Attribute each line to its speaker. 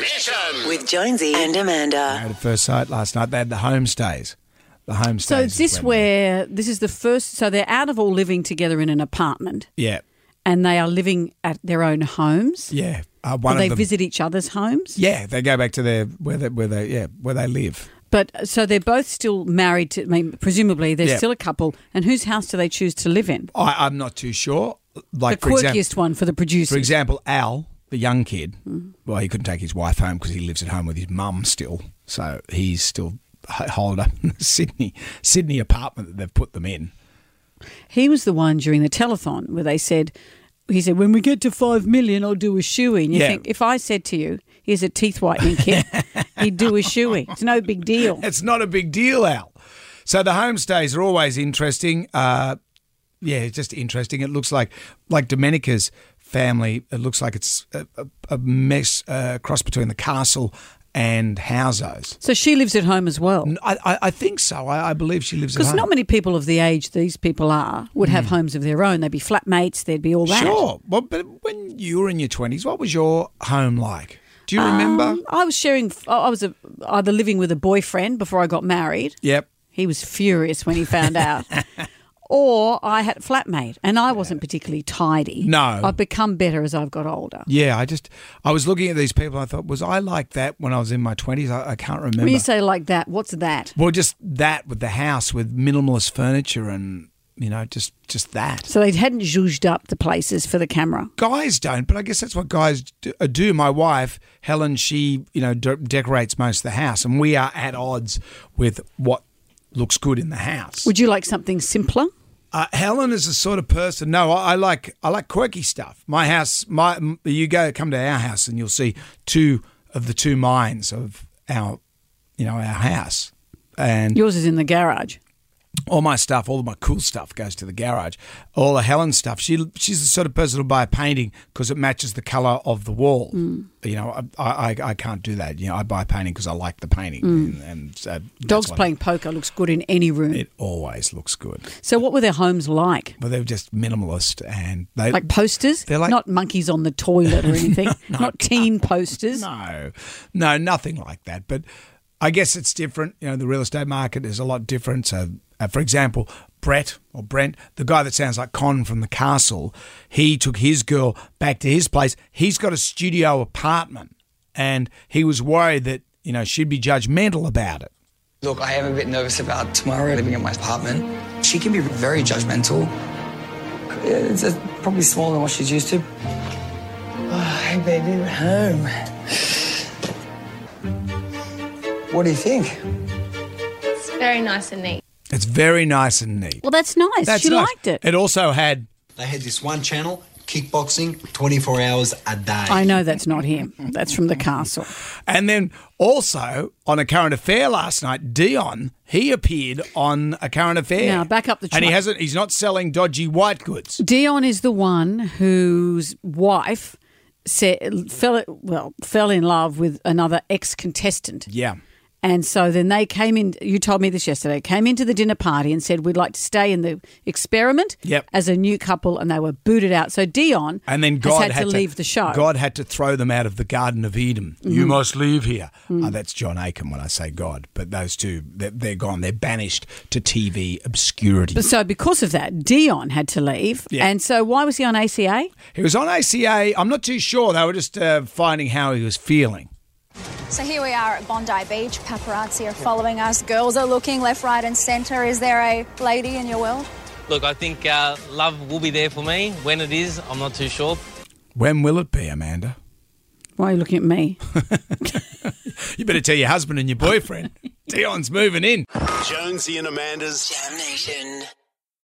Speaker 1: Mission.
Speaker 2: with Jonesy and Amanda.
Speaker 3: Married at first sight last night. They had the homestays. The homestays.
Speaker 4: So is this
Speaker 3: is
Speaker 4: where this is the first? So they're out of all living together in an apartment,
Speaker 3: Yeah,
Speaker 4: and they are living at their own homes.
Speaker 3: yeah. Uh,
Speaker 4: Or
Speaker 3: one
Speaker 4: they
Speaker 3: of them.
Speaker 4: visit each other's homes.
Speaker 3: yeah, they go back to their where they where they yeah where they live.
Speaker 4: But so they're both still married to. I mean, presumably they're
Speaker 3: Yeah.
Speaker 4: still a couple. And whose house do they choose to live in?
Speaker 3: I, I'm not too sure.
Speaker 4: The
Speaker 3: Like for
Speaker 4: quirkiest
Speaker 3: example,
Speaker 4: one for the producer.
Speaker 3: For example, Al, the young kid, well, he couldn't take his wife home because he lives at home with his mum still. So he's still h- holed up in the Sydney, Sydney apartment that they've put them in.
Speaker 4: He was the one during the telethon where they said, he said, when we get to five million, I'll do a shoey. And you
Speaker 3: Yeah.
Speaker 4: think, if I said to you, here's a teeth whitening kit, he'd do a shoey. It's no big deal.
Speaker 3: It's not a big deal, Al. So the homestays are always interesting. Uh, yeah, it's just interesting. It looks like, like Domenica's family, it looks like it's a, a, a mess, uh, cross between the castle and Housos.
Speaker 4: So she lives at home as well.
Speaker 3: I, I, I think so. I, I believe she lives at
Speaker 4: Because
Speaker 3: home.
Speaker 4: not many people of the age these people are would have homes of their own. They'd be flatmates. There'd be all that.
Speaker 3: Hmm. Sure. Well, but when you were in your twenties, what was your home like? Do you remember?
Speaker 4: Um, I was sharing. I was a, either living with a boyfriend before I got married.
Speaker 3: yep.
Speaker 4: He was furious when he found out. Or I had a flatmate, and I wasn't particularly tidy.
Speaker 3: No.
Speaker 4: I've become better as I've got older.
Speaker 3: Yeah, I just I was looking at these people. I thought, was I like that when I was in my twenties? I, I can't remember.
Speaker 4: When you say like that, what's that?
Speaker 3: well, just that with the house with minimalist furniture and you know just just that.
Speaker 4: So they hadn't zhuzhed up the places for the camera.
Speaker 3: Guys don't, but I guess that's what guys do. do. My wife Helen, she you know de- decorates most of the house, and we are at odds with what looks good in the house.
Speaker 4: Would you like something simpler?
Speaker 3: Uh, Helen is the sort of person. No, I, I like I like quirky stuff. My house, my m- you go come to our house and you'll see two of the two minds of our, you know, our house, and
Speaker 4: Yours is in the garage.
Speaker 3: all my stuff, all of my cool stuff goes to the garage. All of Helen's stuff, she she's the sort of person who'll buy a painting because it matches the color of the wall.
Speaker 4: Mm.
Speaker 3: You know, I, I I can't do that. You know, I buy a painting because I like the painting, and, and uh, that's
Speaker 4: Mm. Dogs
Speaker 3: what-
Speaker 4: playing poker looks good in any room.
Speaker 3: It always looks good,
Speaker 4: so what were their homes like?
Speaker 3: but they're just minimalist and they
Speaker 4: Like posters?
Speaker 3: They're like-
Speaker 4: not monkeys on the toilet or anything. not teen posters.
Speaker 3: No, no, nothing like that. But I guess it's different. You know, the real estate market is a lot different. So, uh, for example, Brett or Brent, the guy that sounds like Con from the castle, he took his girl back to his place. He's got a studio apartment, and he was worried that you know she'd be judgmental about it.
Speaker 5: Look, I am a bit nervous about tomorrow living in my apartment. She can be very judgmental. Yeah, It's uh, probably smaller than what she's used to. Oh, hey, baby, we're home. What do you think?
Speaker 6: It's very nice and neat.
Speaker 3: It's very nice and neat.
Speaker 4: Well, that's nice.
Speaker 3: That's
Speaker 4: she
Speaker 3: nice.
Speaker 4: liked it.
Speaker 3: It also had
Speaker 7: They had this one channel, kickboxing, 24 hours a day.
Speaker 4: I know that's not him. That's from the castle.
Speaker 3: And then also on a current affair last night, Dion he appeared on a current affair.
Speaker 4: Now, back up the
Speaker 3: and he
Speaker 4: truck.
Speaker 3: hasn't. He's not selling dodgy white goods.
Speaker 4: Dion is the one whose wife said, fell well fell in love with another ex contestant.
Speaker 3: Yeah,
Speaker 4: And so then they came in. You told me this yesterday. Came into the dinner party and said we'd like to stay in the experiment
Speaker 3: Yep.
Speaker 4: as a new couple, and they were booted out. So Dion
Speaker 3: and then
Speaker 4: has
Speaker 3: God
Speaker 4: had, to, leave the show. Mm-hmm.
Speaker 3: God had to throw them out of the Garden of Eden. You must leave here.
Speaker 4: Mm.
Speaker 3: Uh, that's John Aiken when I say God, but those two they're, they're gone. They're banished to TV obscurity.
Speaker 4: But so because of that, Dion had to leave.
Speaker 3: Yeah.
Speaker 4: And so why was he on ACA?
Speaker 3: He was on ACA. I'm not too sure. They were just uh, finding how he was feeling.
Speaker 8: So here we are at Bondi Beach. Paparazzi are following us. Girls are looking left, right, and centre. Is there a lady in your world?
Speaker 9: Look, I think uh, love will be there for me. When it is, I'm not too sure.
Speaker 3: When will it be, Amanda?
Speaker 4: Why are you looking at me?
Speaker 3: You better tell your husband and your boyfriend. Dion's moving in.
Speaker 1: Jonesy and Amanda's
Speaker 2: Damnation.